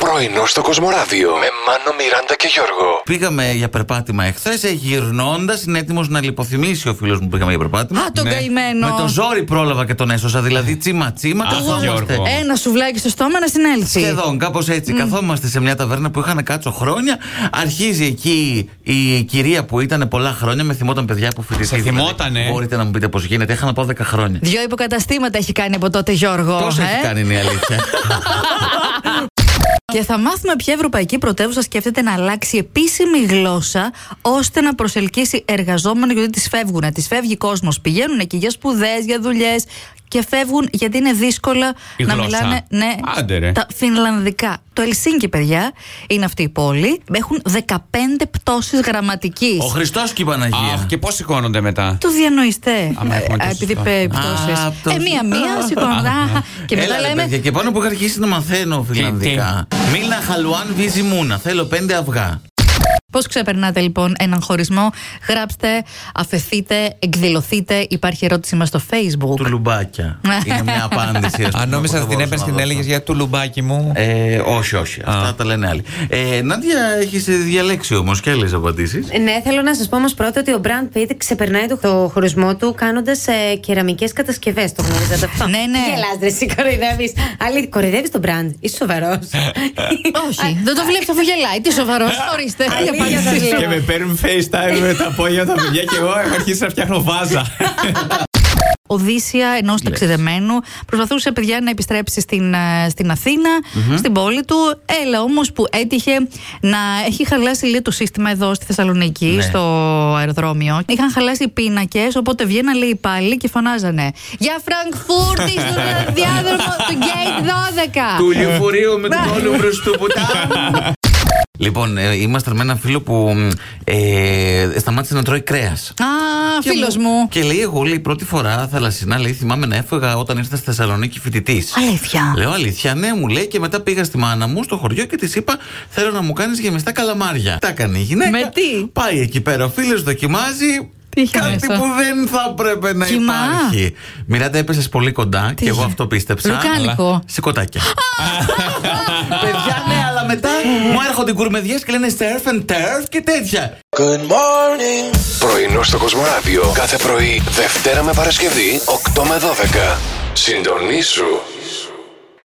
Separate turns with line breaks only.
Πρωινό στο Κοσμοράδιο με Μάνο, Μιράντα και Γιώργο.
Πήγαμε για περπάτημα εχθές. Γυρνώντας, είναι έτοιμος να λιποθυμήσει ο φίλος μου που πήγαμε για περπάτημα.
Α,
Ναι.
τον καημένο.
Με τον ζόρι πρόλαβα και τον έσωσα. Δηλαδή τσίμα τσίμα.
Α,
Καθόμαστε.
Γιώργο.
Ένα σουβλάκι στο στόμα, ένα στην έλξη.
Σχεδόν, κάπως έτσι. Καθόμαστε σε μια ταβέρνα που είχα να κάτσω χρόνια. Αρχίζει εκεί η κυρία που ήταν πολλά χρόνια. Με θυμόταν παιδιά που φοιτητή. δηλαδή.
Σε θυμότανε.
Μπορείτε να μου πείτε πώς γίνεται. Είχα να πάω 10 χρόνια.
Δύο υποκαταστήματα έχει κάνει από τότε, Γιώργο.
Πώς
ε?
έχει κάνει είναι η αλήθεια.
Και θα μάθουμε ποια ευρωπαϊκή πρωτεύουσα σκέφτεται να αλλάξει επίσημη γλώσσα ώστε να προσελκύσει εργαζόμενο γιατί τις φεύγουν. Τις φεύγει κόσμος, πηγαίνουν εκεί για σπουδές, για δουλειές και φεύγουν γιατί είναι δύσκολα
Η
να
γλώσσα.
μιλάνε ναι,
Άντε ρε.
τα φινλανδικά. Το Ελσίνκι, παιδιά, είναι αυτή η πόλη. Έχουν 15 πτώσεις γραμματικής.
ο Χριστός και η Παναγία.
Αχ, και πώς σηκώνονται μετά.
Το διανοηστε.
Άμα έχουμε
Ε,
τόσες
Επειδή
πτώσεις.
είπε
Α,
πτώσεις. Ε,
πτώσεις.
μία-μία, σηκώνονται. Αχα. Και μετά
Έλα, ρε,
λέμε
παιδιά, και πάνω που είχα αρχίσει να μαθαίνω φιλανδικά. Μίλνα χαλουάν βίζι μούνα. Θέλω πέντε αυγά.
Πώς ξεπερνάτε λοιπόν έναν χωρισμό, γράψτε, αφαιθείτε, εκδηλωθείτε. Υπάρχει ερώτησή μας στο Facebook.
Τουλουμπάκια. Είναι μια απάντηση. ας
Αν
πούμε,
νόμιζα
που
ότι
θα
την έπαιρνε
μπορούσα
και την
να
έλεγε
δώσω.
για του λουμπάκι μου.
Ε, όχι, όχι. Αυτά τα λένε άλλοι. Ε, Νάντια, έχεις διαλέξει όμως και άλλες απαντήσεις.
Ναι, θέλω να σας πω όμως πρώτα ότι ο Μπραντ Πιτ ξεπερνάει το, το χωρισμό του κάνοντας ε, κεραμικές κατασκευές. Το γνωρίζατε αυτό.
Ναι, ναι.
Γελάς, ρε, εσύ κοροϊδεύεις. Αλήθεια, κοροϊδεύεις τον Μπραντ. Είσαι σοβαρός.
Όχι, δεν το βλέπεις αφού γελάει. Τι σοβαρός, ορίστε. η
Αλήθεια
απάντησή
σας
σου.
λέω.
Και με παίρνουν FaceTime με τα πόδια τα παιδιά και εγώ έχω αρχίσει να φτιάχνω βάζα.
Οδύσσια ενός ταξιδεμένου. Προσπαθούσε, παιδιά, να επιστρέψει στην, ε, στην αθηνα
Mm-hmm.
στην πόλη του. Έλα όμως που έτυχε να έχει χαλάσει λίγο το σύστημα εδώ στη Θεσσαλονίκη,
Ναι.
στο αεροδρόμιο. Είχαν χαλάσει οι πίνακες, οπότε βγαίναν λέει πάλι και φωνάζανε Για Φραγκφούρτη στον διάδρομο του Gate 12.
Του λιουφορείου με
Ναι.
τον όλο μπροστού Λοιπόν, ε, ήμασταν με ένα φίλο που μ, ε, σταμάτησε να τρώει κρέας.
Α, φίλος μου.
Και λέει, εγώ λέει πρώτη φορά θαλασσινά, λέει, θυμάμαι να έφεγα όταν ήρθα στη Θεσσαλονίκη φοιτητής.
Αλήθεια.
Λέω αλήθεια, ναι, μου λέει και μετά πήγα στη μάνα μου στο χωριό και της είπα: Θέλω να μου κάνεις γεμιστά καλαμάρια. Τα έκανε η γυναίκα.
Με τι?
Πάει εκεί πέρα ο φίλος, δοκιμάζει.
Τι είχε
κάτι
μέσα?
που δεν θα έπρεπε να
Κοιμά.
υπάρχει. Μιράντα, έπεσες πολύ κοντά και εγώ
είχε?
αυτό πίστεψα.
Λουκάνικο.
αλλά- Σηκωτάκια. Παιδιά, ναι, αλλά μετά
Ε.
μου έρχονται οι κουρμεδιέ και λένε surf and turf και τέτοια.
Πρωινό στο Κοσμοράδιο κάθε πρωί, Δευτέρα με Παρασκευή, 8 με 12. Συντονίσου